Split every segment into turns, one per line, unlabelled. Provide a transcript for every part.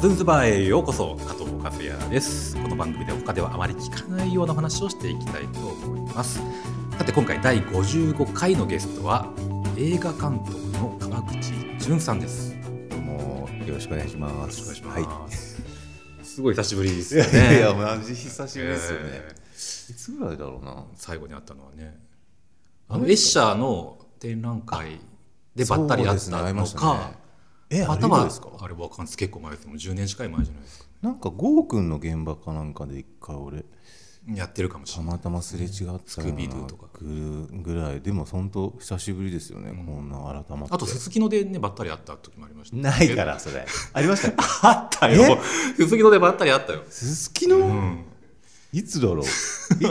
ズンズバーへようこそ加藤和也ですこの番組では他ではあまり聞かないようなお話をしていきたいと思いますさて今回第55回のゲストは映画監督の川口淳さんですよ
どうもよろしくお願いしま
ろし
す。
くお願いし
は
ます、すごい久しぶりです
い、い
よ
や
ね
いやいや、マジ久しぶりですよね。
え
いつぐらいだろうな。
最後にあったのはねあのエッシャーの展覧会でばったり会っ
そうですね会
た
い
の
まし
か
たねえ、
ま
あれ
た
以来
は
ですか。
あれわかんないです結構前ですもう10年近い前じゃないですか
なんかゴーくんの現場かなんかで一回俺
やってるかもしたれない
またますれ違ったような
スクービードゥとか
ぐぐらいでも本当久しぶりですよね。こんな改まって。
あとすすきのでねばったり会った時もありました
ないからそれ。 ありました。
あった よすすきのでばったり会ったよ
すすき
う
の
ん
いつだ ろう。い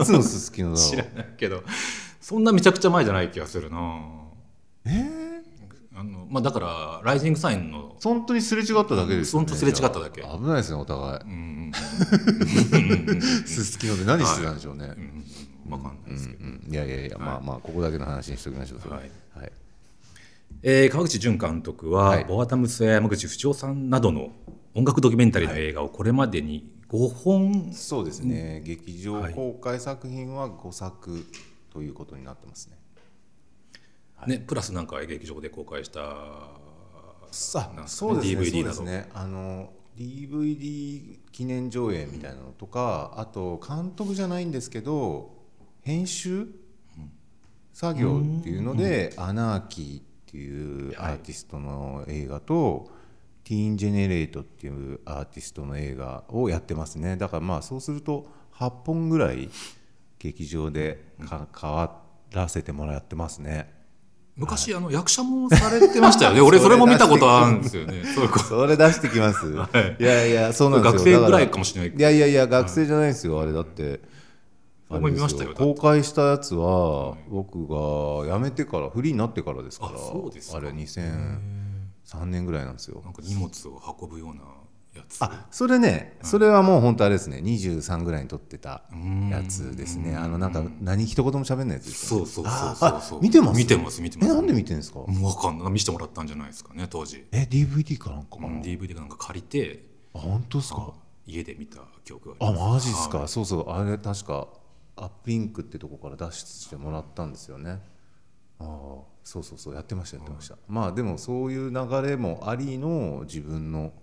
つのすすきのだ
知
ろ
ら
う。
ないけどそんなめちゃくちゃ前じゃない気がするな
えー、
あのまあだからライジングサインの
本当にすれ違っただけですよ
本
ね。
当すれ違っただけ
じゃあ危ないですねお互い
うん。うん
すすきので何してたんでしょうね。
うんうんうんわかんないですけど
うんうん、いやいやいや、まあまあここだけの話にしておきましょうそれ
はい
はい、
えー川口淳監督は、
はい
ボアタムスや山口不調さんなどの音楽ドキュメンタリーの映画をこれまでに5本、
そうですね、劇場
はい
公開作品は5作ということになってますね、
ね、プラスなんか劇場で公開したなん
さ
かね
あそうですね
DVD
そうですねあの DVD 記念上映みたいなのとか、あと監督じゃないんですけど編集作業っていうので「アナーキー」っていうアーティストの映画と「ティーン・ジェネレート」っていうアーティストの映画をやってますねだからまあそうすると8本ぐらい劇場でか変わらせてもらってますね。
昔、あの役者もされてましたよ ね俺それも見たことあるんですよねそういうこと
それ出して きます、い、やいやそうなんですよ
学生ぐらい
だ
かもしれない
いやいやいや学生じゃないですよ、あれだって
僕も見ましたよ
あれです公開したやつは僕が辞めてからフリーになってからですから
あそうですか
あれ2003年ぐらいなんですよ
なんか荷物を運ぶようなやつ
あそれね、それはもう本当あれですね23ぐらいに撮ってた
ん
やつですねあのなんか何一言も喋んないやつですよ
そう
ね
そうそうそうそう
あ見てます
見てます見てます
えなんで見てるんですか
もう分かんない見せてもらったんじゃないですかね当時、
え DVD かなんかか
う、
なん
DVD かなんか借りて
あ本当ですか
家で見た記憶があ
あ
ります
マジっすかそうそうあれ確かアップリンクってとこから脱出してもらったんですよねああそうそうそうやってましたやってました、まあでもそういう流れもありの自分の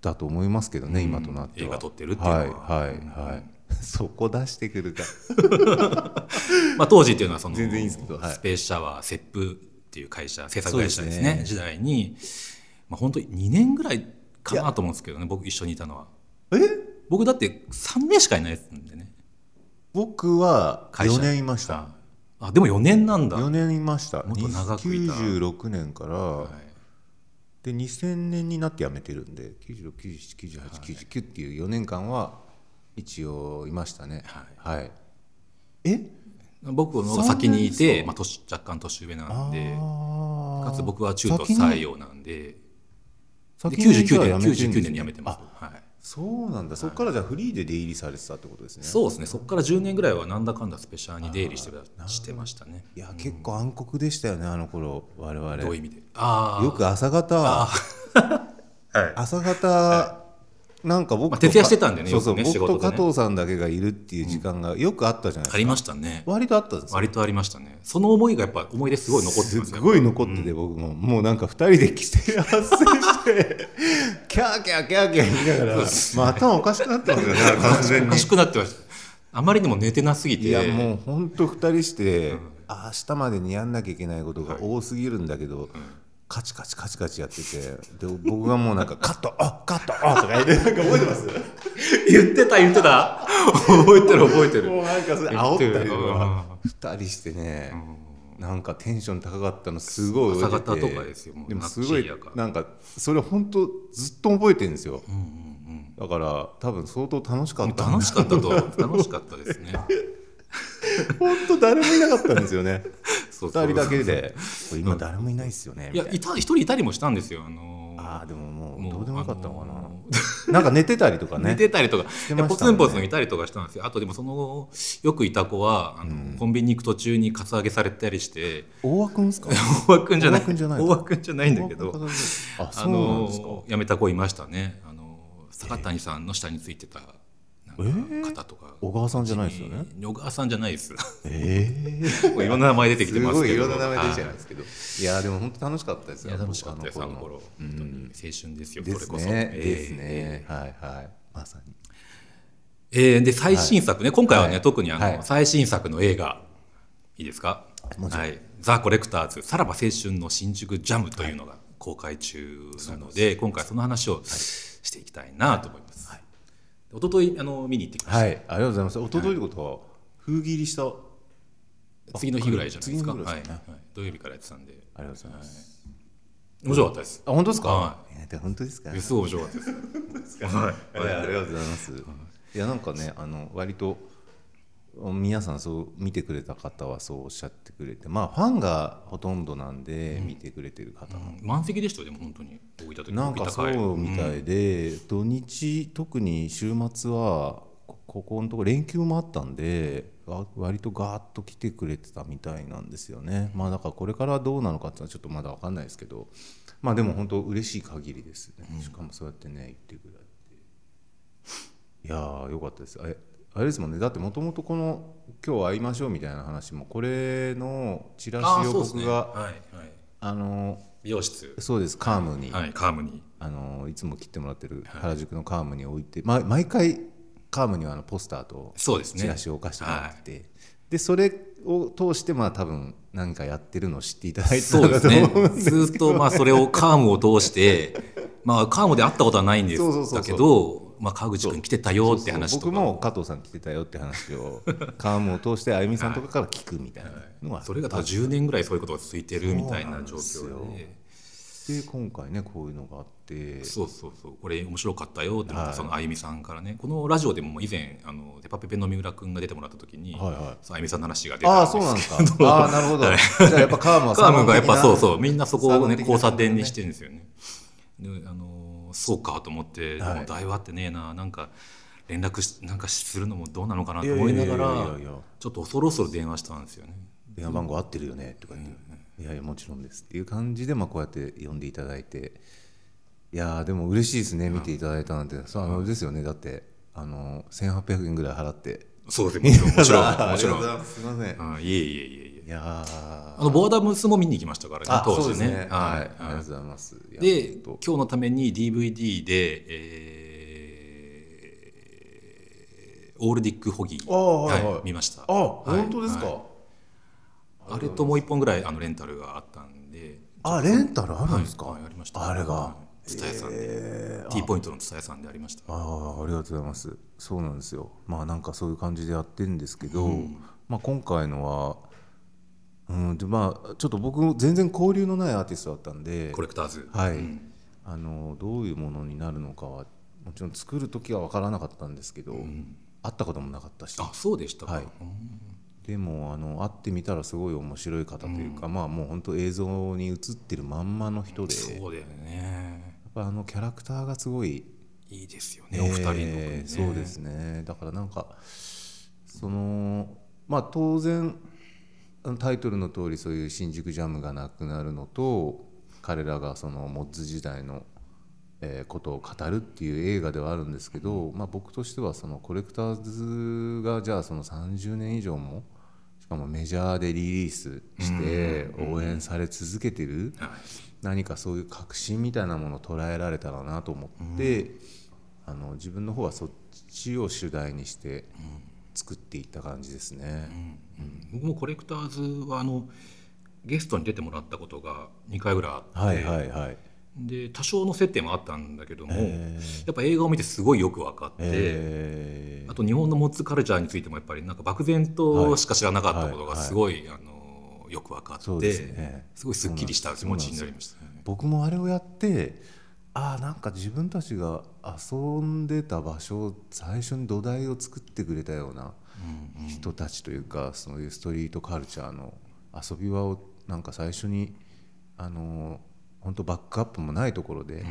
だと思いますけどね、
うん
今となっては
映画撮ってるっていうのは
はいはいはい、 そこ出してくる か
まあ、当時っていうのはその
全然いいんですけどはい
スペースシャワーセップっていう会社制作会社ですね
そうですね
時代に、まあ、本当に2年ぐらいかなと思うんですけどね僕一緒にいたのは
え
僕だって3名しかいないですんでね
僕は
会社
4年いました
あでも4年なんだ、
4年いました
もっと長くいた
96年から、
はい
で2000年になって辞めてるんで96979899っていう4年間は一応いましたねはい、え
僕の方が先にい
三年
て、
ですか
まあ、年若干年上なんで
か
かつ僕は中途採用なんでで
先に先に
99
じゃ
年99
あめてるんです
年
ね
に辞めてます
あ、
はい、
そうなんだそこからじゃあフリーで出入りされてたってことですね
そうですねそこから10年ぐらいはなんだかんだスペシャルに出入りしてたしてましたね
いや結構暗黒でしたよねあの頃我々
どういう意味でああ
よく朝方
はい
朝方なんか
ま
僕と
あ徹夜してたんでね
そうそう
よくね
僕
仕
と
事で
加
ね
藤さんだけがいるっていう時間がよくあったじゃな
あ
いです
り
か
ましたね
割とあったんですよ
割とありましたねその思いがやっぱ思い出すごい残ってます
す
ね
ごい残ってて、僕ももうなんか2人で規 制発生してキャーキャーキャーキャー言いながら、まあ、頭おかしくなってますよね完全
お
に
かしくなってましたあまりにも寝てなすぎて
いやもうほんと2人して、あ明日までにやんなきゃいけないことが多すぎるんだけど、カチカチカチカチやっててで僕がもうなんか「カットあカットあ」とか言ってなんか覚えてます
言ってた言ってた 覚えてる覚えて
も
る
うなんかそれ煽ったりと
う
か2人してね、なんかテンション高かったのすごい覚えてて
朝方とかですよもう
でもすごい
深夜か
なんかそれ本当ずっと覚えてるんですよ、だから多分相当楽しかった
楽しかった と楽しかったですね
本当誰もいなかったんですよね
そう
2
そう
人だけでこれ今誰もいないっすよね
い
み
や
たい
いた一人いたりもしたんですよあのー
なああーでもも
も
う
う
どうでもよかったのかな、
あの
なんか寝てたりとか ね
寝てたりとか、
てましたね
ポツンポツンいたりとかしたんですよあとでもその後よくいた子はあの、コンビニ行く途中にカツアゲされたりして
大和くんですか
大 和くんじゃない
大和くんじゃない
大和くんじゃないんだけど
あ
あ
そうなんですか
の辞めた子いましたねあの坂谷さんの下についてたなんか
えー
方とか、
小川さんじゃないですよね。
小川さんじゃないです
え
もういろんな名前出
え
てきて
す
ます
ご
け
いい
ど
ろんな名前出てきてない
は
ですけど。いやでも本当楽しかったです
い
よ。
いや楽しかったですあの頃本
僕あ
当
の頃の
に青春ですよ、
で
それ
す
こそ、
ね。
えー
ですね。はいはい。まさに。
えーで最新作ね、今回はね、
はい
特にあの、
はい
最新作の映画いいですか
もちろん
はい、ザ・コレクターズさらば青春の新宿ジャムというのが公開中なので、今回その話をしていきたいなと思います、一昨日あの見に行ってきました、
はい。ありがとうございます。一昨日のことは封切りした。
次の日ぐらいじゃないですか
次の日ぐらいですね
はいはい、土曜日からやってたんで
ありがとうございます。
面白かったです
あ本当です
は
か。えーで本当ですか。
すごい面白かったです
いやありがとうございます。いやなんかねあの割と皆さんそう見てくれた方はそうおっしゃってくれてまあファンがほとんどなんで見てくれてる方、
うん満席でしたよでも本当に大分時
なんかそうみたいで、土日特に週末はこここのとこ連休もあったんでわ割とガーッと来てくれてたみたいなんですよねまあだからこれからどうなのかっていうのはちょっとまだ分かんないですけどまあでも本当嬉しい限りですね、しかもそうやってね言ってくれていやーよかったですあれあれですもんねだってもともとこの「今日会いましょう」みたいな話もこれのチラ
ああ
シを
そうですね
僕があ,、
はいはい、
の
美容室
そうですカームに、
はいカームに
あのいつも切ってもらってる原宿のカームに置いて、ま、毎回カームにはあのポスターと
そうですね
チラシを置かせてもらってて、でそれを通してまあ多分何かやってるのを知っていただいてた
そ
ん
うで
だ
す
と思
ね
うんで。
ずーっとまあそれをカームを通 して、まあカームで会ったことはないんです
そうそうそうそう
だけど、まあ川口君来てたよって話とか、
僕も加藤さん来てたよって話をカームを通してあゆみさんとかから聞くみたいなのがあって
それが多分10年ぐらいそういうことが続いてるみたいな状
そうなん
況
で
で、
で今回ねこういうのがあって
そうそうそう、これ面白かったよってまた
はい
そのあゆみさんからね、このラジオでも以前あのテパペペの三浦君が出てもらった時に、
はいはい
そのあゆみさんの話が出
あ
た
あ
ん
そうなん
で
ですす
けど、
かああなるほど、じゃあやっぱカームは
カームがやっぱそうそうみんなそこ
サロ
を
ン
ね
的な
交差点にしてるんですよね。であのーそうかと思って、
はい
でも台話ってねえななんか連絡しなんかするのもどうなのかないと
やい
思
や
い
い
な
や
い
や
が
い
ら
やいや
ちょっと恐ろ恐ろ電話したんですよね。
電話番号合ってるよねとか言って、いやいやもちろんですっていう感じで、まあ、こうやって呼んでいただいていやーでも嬉しいですね見ていただいたなんて、そうあのですよねだってあの1800円ぐらい払って
そうです ねも ちろんもちろんもちろん。
んすいませんい
うんいえいえいえいえ。
や
あのボーダムスも見に行きましたからね
あ
当
そうで
時
す
ね
ね。
は
はいい、ありがとうございますいや
で
ほ
今
んと
日のために DVD で、えーオールディック・ホギー、
ああはいはい
見ました
あ
はい
本当ですか、
はいあれともう一本ぐらいあのレンタルがあったんで
あレンタルあるんですか、
はいありました
あれが
蔦屋さんで
えー
T ポイントの蔦屋さんでありました
ああありがとうございますそうなんですよまあなんかそういう感じでやってるんですけど、まあ、今回のは、うんでまあ、ちょっと僕も全然交流のないアーティストだったんで
コレクターズ
はい
うん
あのどういうものになるのかはもちろん作る時は分からなかったんですけど、会ったこともなかったし
あそうでしたか
はい
うん
でもあの会ってみたらすごい面白い方というか、まあもう本当映像に映ってるまんまの人でやっ
そうだよね
ぱあのキャラクターがすごい
いいですよねお二人のね
えーそうですねだからなんかそのまあ当然あのタイトルの通りそういう新宿ジャムがなくなるのと彼らがそのモッズ時代の、えーことを語るっていう映画ではあるんですけど、まあ、僕としてはそのコレクターズがじゃあその30年以上もしかもメジャーでリリースして応援され続けてる。
はい
何かそういう確信みたいなものを捉えられたらなと思って、あの自分の方はそっちを主題にして作っていった感じですね。
僕もコレクターズはあのゲストに出てもらったことが2回ぐらいあって
はいはいはい。
で多少の接点はあったんだけども、
え
やっぱ映画を見てすごいよく分かって、
えー
あと日本のモッツカルチャーについてもやっぱりなんか漠然としか知らなかったことがすごい、あのよく分か
そ
っ
う
て,、
ですすね
ごいすっきりした気持ちになりました、
僕もあれをやってああなんか自分たちが遊んでた場所を最初に土台を作ってくれたような人たちというか、そういうストリートカルチャーの遊び場をなんか最初にあの本当バックアップもないところで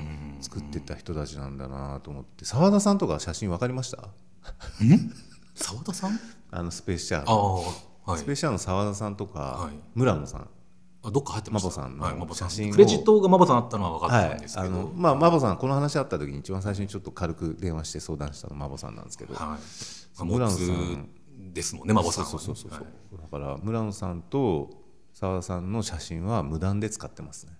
作ってた人たちなんだなと思って澤田さんとか写真分かりました
澤田さん
あのスペースシャア
ああはい
スペースシャアの澤田さんとか、
はい
村野さん
あどっか入ってました
マボさんの
はい、マボさん
写真を
クレジットがマボさんあったのは分かっ
は
てたん
い
です、け
あ
ど、
のまあマボさんこの話あった時に一番最初にちょっと軽く電話して相談したのマボさんなんですけど、
はい。まあ、も
村野さ
つ
ん
ですもんね、マボさんは
そう
ね。
そうそうそう、
はい
だから村野さんと澤田さんの写真は無断で使ってますね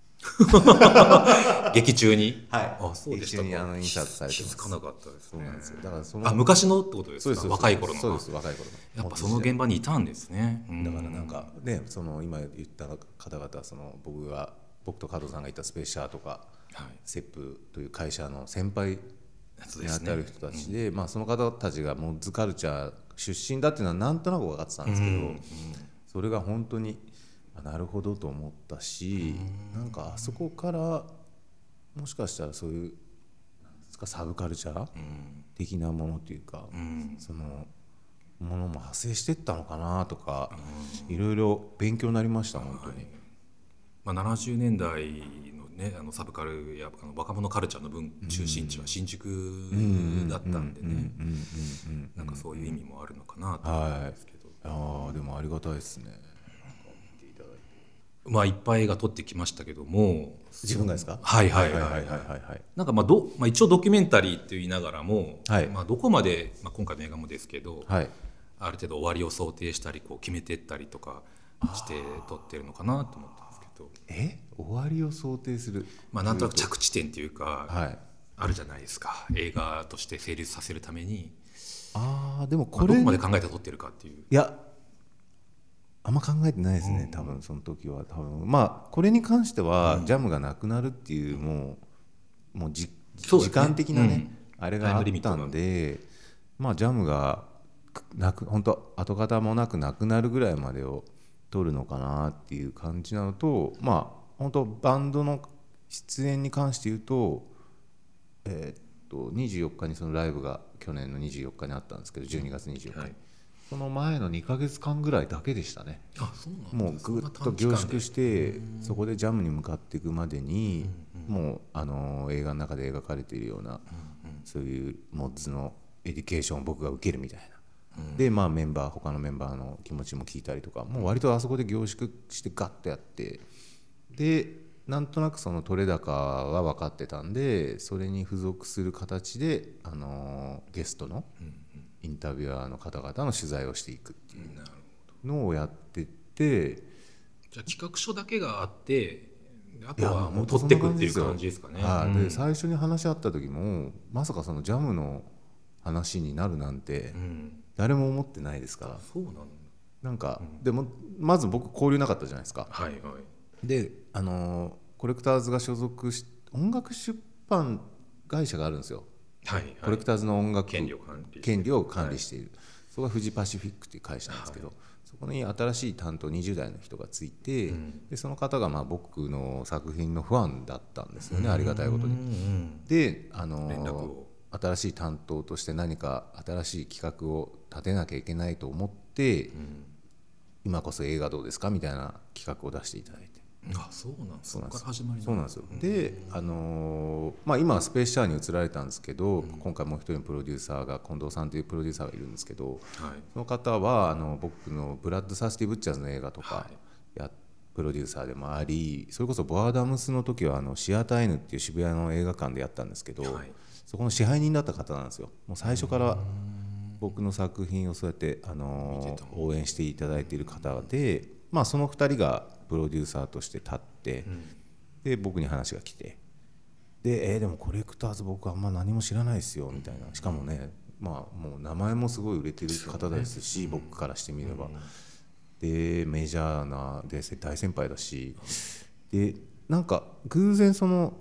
劇中に。
はい
あ、そうでしたか。
一緒にあの印刷されてます
気づかなかったです
そう
ね
なん。ですよだからその
あ、昔のってことで
そう
す
です
か。
そ
若
うです
い頃の。
そうです若い頃の
やっぱその現場にいたんですね。うん
だからなんかねその今言った方々その僕が僕と加藤さんがいたスペーシャーとか
はい。
セップという会社の先輩
そう
に
で
あ
す
た
ね
る。人たちで、まあ、その方たちがモッズカルチャー出身だっていうのはなんとなく分かってたんですけど、それが本当にあなるほどと思ったし、なんかあそこからもしかしたらそういうなんですかサブカルチャー的なものというか、そのものも派生してったのかなとか、いろいろ勉強になりました本当に。
まあ、70年代のねあのサブカルやあの若者カルチャーの分中心地は新宿だったんでねなんかそういう意味もあるのかなと思うんですけど、
ああーでもありがたいですね。
まあいっぱい映画撮ってきましたけども
自分がですか？
はいは
はいい
は
はいい
は
はいい
は
はいいはい。
なんかまあど、まあ、一応ドキュメンタリーって言いながらも、
はい
まあ、どこまで、まあ、今回の映画もですけど、
はい。
ある程度終わりを想定したりこう決めてったりとかして撮ってるのかなと思ったんですけど、
え終わりを想定する
まあ、なんとなく着地点っていうか
はい
あるじゃないですか映画として成立させるために、
ああでも
まあ、
こ
ど
れ、
こまで考えて撮ってるかっていう。
いやあんま考えてないですね、多分その時は多分まあこれに関しては、ジャムがなくなるっていうもうもうじ
そうです
時
ね
間的なね、あれ
タイ
があ
ム
っ
リミット
た
が
んでまあジャムがくなく本当跡形もなくなくなるぐらいまでを取るのかなっていう感じなのとまあ本当バンドの出演に関して言うとえーっと24日にそのライブが去年の24日にあったんですけど12月24日に、
はい
その前の2か月間ぐらいだけでしたね
あそうなんだ
もうぐっと凝縮
て
してそこでジャムに向かっていくまでにもうあの映画の中で描かれているようなそういうモッズのエデュケーションを僕が受けるみたいなでまあメンバー他のメンバーの気持ちも聞いたりとかもう割とあそこで凝縮してガッとやってでなんとなくその取れ高は分かってたんでそれに付属する形であのゲストのインタビュアーの方々の取材をしていくっていう
なるほど
のをやってって。
じゃあ企画書だけがあってあ
い
と
や
はもう撮
本
っ
当
ていくっていう
そんな
感じですかね。
はい
うん
で最初に話し合った時もまさかそのジャムの話になるなんて
うん
誰も思ってないですから
そうなんだ
なんか、でもまず僕交流なかったじゃないですか
はいはい
であのーコレクターズが所属し音楽出版会社があるんですよ
はいはい
コレクターズの音楽
権利を管理
権利を管理している、そこがフジパシフィックという会社なんですけど、そこに新しい担当20代の人がついて、でその方がまあ僕の作品のファンだったんですよねありがたいことに。であの
連絡を
新しい担当として何か新しい企画を立てなきゃいけないと思って、今こそ映画どうですかみたいな企画を出していただいて。
あそうなんですそ
そうな
こ
ん
か
で
ら始
す
まり
そうなんですよ、で、あのーまあ、今はスペースシャーに移られたんですけど、今回もう一人のプロデューサーが近藤さんというプロデューサーがいるんですけど
はい
その方はあの僕の「ブラッド・サスティ・ブッチャーズ」の映画とかや、プロデューサーでもありそれこそボアダムスの時はあのシアター・イヌっていう渋谷の映画館でやったんですけど、
はい
そこの支配人だった方なんですよもう最初から僕の作品をそうやって、あ
見
の
てた
応援していただいている方で、まあ、その2人がプロデューサーとして立って、で僕に話が来てで、えーでもコレクターズ僕あんま何も知らないですよみたいなしかもね、まあ、もう名前もすごい売れてる方ですし僕からしてみれば、でメジャーなで大先輩だしでなんか偶然その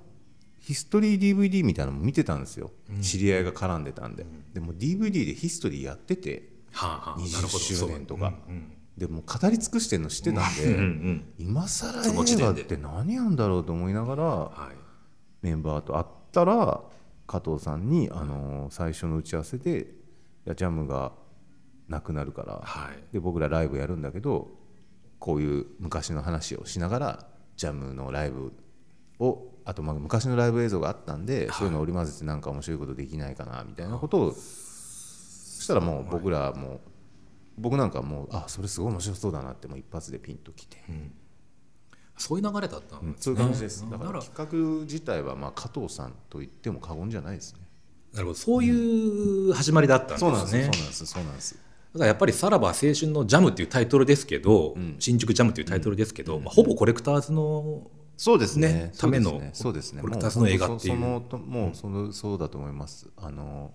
ヒストリー DVD みたいなのも見てたんですよ、知り合いが絡んでたんで、でも DVD でヒストリーやってて
はあはあなる
20
ほど
周年とか、
そううん
でもう語り尽くしてるの知ってたんで、
うんうん
今更
その時
映
点
画っ
で
て何やんだろうと思いながら
はい
メンバーと会ったら加藤さんに、あのー最初の打ち合わせで「いやジャムがなくなるから、
はい
で僕らライブやるんだけどこういう昔の話をしながらジャムのライブをあとまあ昔のライブ映像があったんで、そういうのを織り交ぜてなんか面白いことできないかなみたいなことをそしたらもう僕らもう僕なんかもうあそれすごい面白そうだなってもう一発でピンときて、
そういう流れだったんですね、
そういう感じです。だか
な
ら
ら
企画自体はまあ加藤さんと言っても過言じゃないですね。
なるほどそういう始まりだったんですね、
そうなんです。そうなんです。
だからやっぱり「さらば青春のジャム」っていうタイトルですけど、
うん
新宿ジャムっていうタイトルですけど、まあ、ほぼコレクターズの
そうですね。
ね
そうですね
ための
そうですね。
これ二つの映画っていう
もそそのもうそのそうだと思います。あの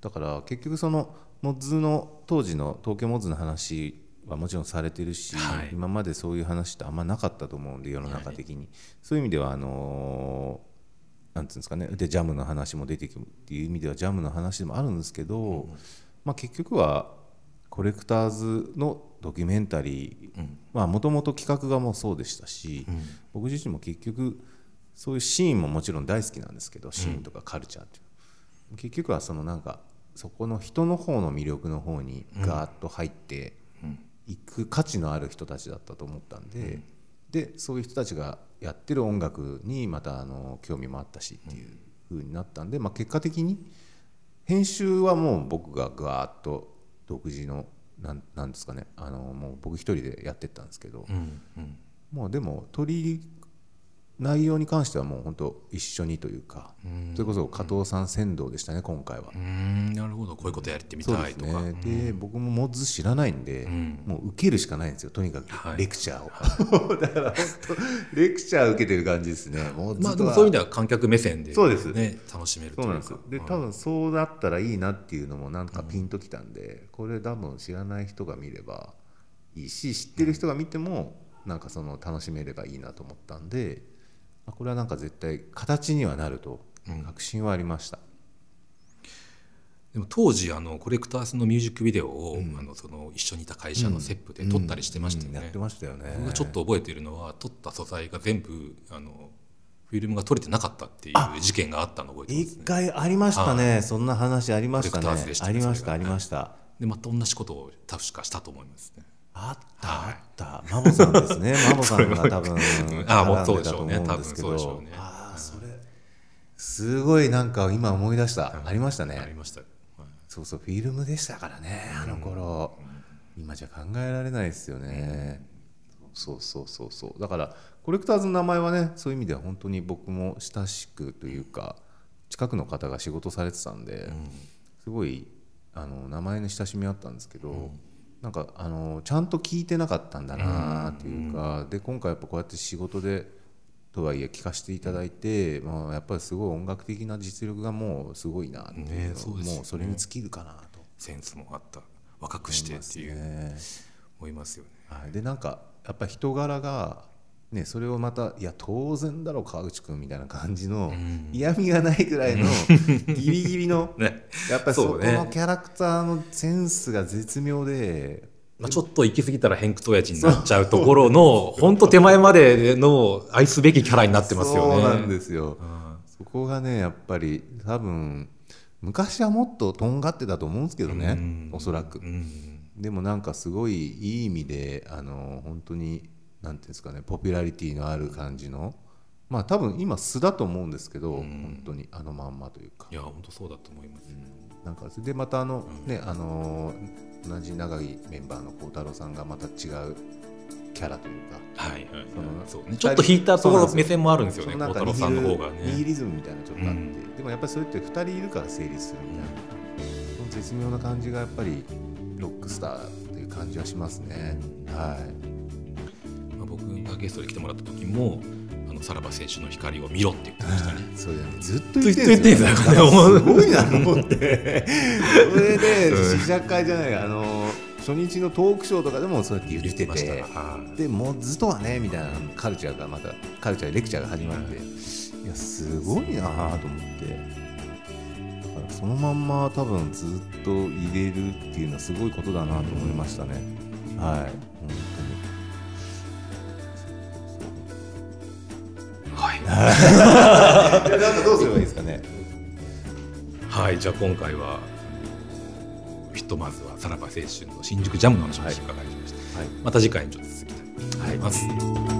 だから結局そのモッズの当時の東京モッズの話はもちろんされてるし、
はい
今までそういう話ってあんまなかったと思うんで世の中的に、そういう意味ではあのなんていうんですかねでジャムの話も出てくるっていう意味ではジャムの話でもあるんですけど、まあ、結局はコレクターズのドキュメンタリーもともと企画がもうそうでしたし、僕自身も結局そういうシーンももちろん大好きなんですけどシーンとかカルチャーっていう、結局はそのなんかそこの人の方の魅力の方にガーッと入っていく価値のある人たちだったと思ったんで、でそういう人たちがやってる音楽にまたあの興味もあったしっていう風になったんで、まあ、結果的に編集はもう僕がガーッと独自のなんなんですかねあのもう僕一人でやってったんですけど、もうでも取り内容に関してはもう本当一緒にというか、それこそ加藤さん先導でしたね今回は
う。んなるほどこういうことやってみ
そう
た
で
い
す
とか、
ねで僕もモッズ知らないんで、もう受けるしかないんですよとにか
は
く
い
レクチャーを、 だから本当レクチャー受けてる感じですねモッズと
ま
は
あでもそういう意味では観客目線で,、ね、
そうです
楽しめるとい
そ
うう
なん
か
ですよで多分そうなったらいいなっていうのもなんかピンときたんで、これ多分知らない人が見ればいいし知ってる人が見てもなんかその楽しめればいいなと思ったんで、あこれはなんか絶対形にはなると確信はありました、
でも当時あのコレクターズのミュージックビデオを、あのその一緒にいた会社のセップで撮ったりしてましたよ
やっ
ね
て。ましたよね
僕がちょっと覚えているのは撮った素材が全部あのフィルムが撮れてなかったっていう事件があったのを覚えてます
一回ありましたね、そんな話ありましたね
コレクターズでした
あ
ね
りまし
そ
た
れが
ありました、
でまた同じことを確かしたと思いますね。。
あった、あった。マモさんですね。マモさんが多分
あもうそうでしょうね
絡んたと思んすけ
多分そ
ど
うでしょうね
ああ、それ。すごいなんか今思い出した。ありました
あり
ね。
ました、はい
そうそう、フィルムでしたからね、あの頃。今じゃ考えられないですよね。そうそうそうそう。だから、コレクターズの名前はね、そういう意味では本当に僕も親しくというか、近くの方が仕事されてたんで、すごいあの名前に親しみあったんですけど、なんかあのちゃんと聞いてなかったんだなっていうか、で今回やっぱこうやって仕事でとはいえ聞かせていただいて、まあ、やっぱりすごい音楽的な実力がもうすごいなっていうの
ねそうですよね
もうそれに尽きるかなと
センスもあった若くしてっていう
ね。
思いますよね。
はい、でなんかやっぱ人柄が、ね、それをまた「いや当然だろ川口君」みたいな感じの、嫌味がないぐらいのギリギリの、
ね
やっぱりそ
そ
こ
うね
のキャラクターのセンスが絶妙で。
まあ、ちょっと行き過ぎたら偏屈親父になっちゃうところの本当手前までの愛すべきキャラになってますよね。
そうなんですよ、そこがねやっぱり多分昔はもっととんがってたと思うんですけどね、
うん
おそらく、
うん
でもなんかすごいいい意味であの本当になんていうんですかねポピュラリティのある感じのまあ多分今素だと思うんですけど、本当にあのまんまというか
いや本当そうだと思います。
なんかそれでまたあの、ねあの同じ長いメンバーの孝太郎さんがまた違うキャラというか
はいはい
その
そうね、ちょっと引いたとこ
そうなん
ろ
ですよ
目線もあるんですよね
そ
孝太
の中に
郎さんの方が
ニヒ
ね。
リズムみたいなのちょっとあって、でもやっぱりそれって2人いるから成立するみたいな、その絶妙な感じがやっぱりロックスターという感じはしますね、はい
まあ、僕がゲストで来てもらった時も「あのさらば青春の光を見ろ」って言ってましたね。
それでねずっと言ってるんですよ
ずっと言ってんすよ
すごいなと思ってそれで試写会じゃないあの初日のトークショーとかでもそうやって言ってて
ましたはい
でもうずっとはねみたいなカルチャーがまたカルチャーレクチャーが始まって、いやすごいなぁと思ってだからそのまんま多分ずっと入れるっていうのはすごいことだなと思いましたね、はい本
はい
当になんかどうすればいいですかね
はい、じゃあ今回はあのひとまずはさらば青春の新宿ジャムの話を伺いました、
はい
また次回にちょっと続きたいと思います。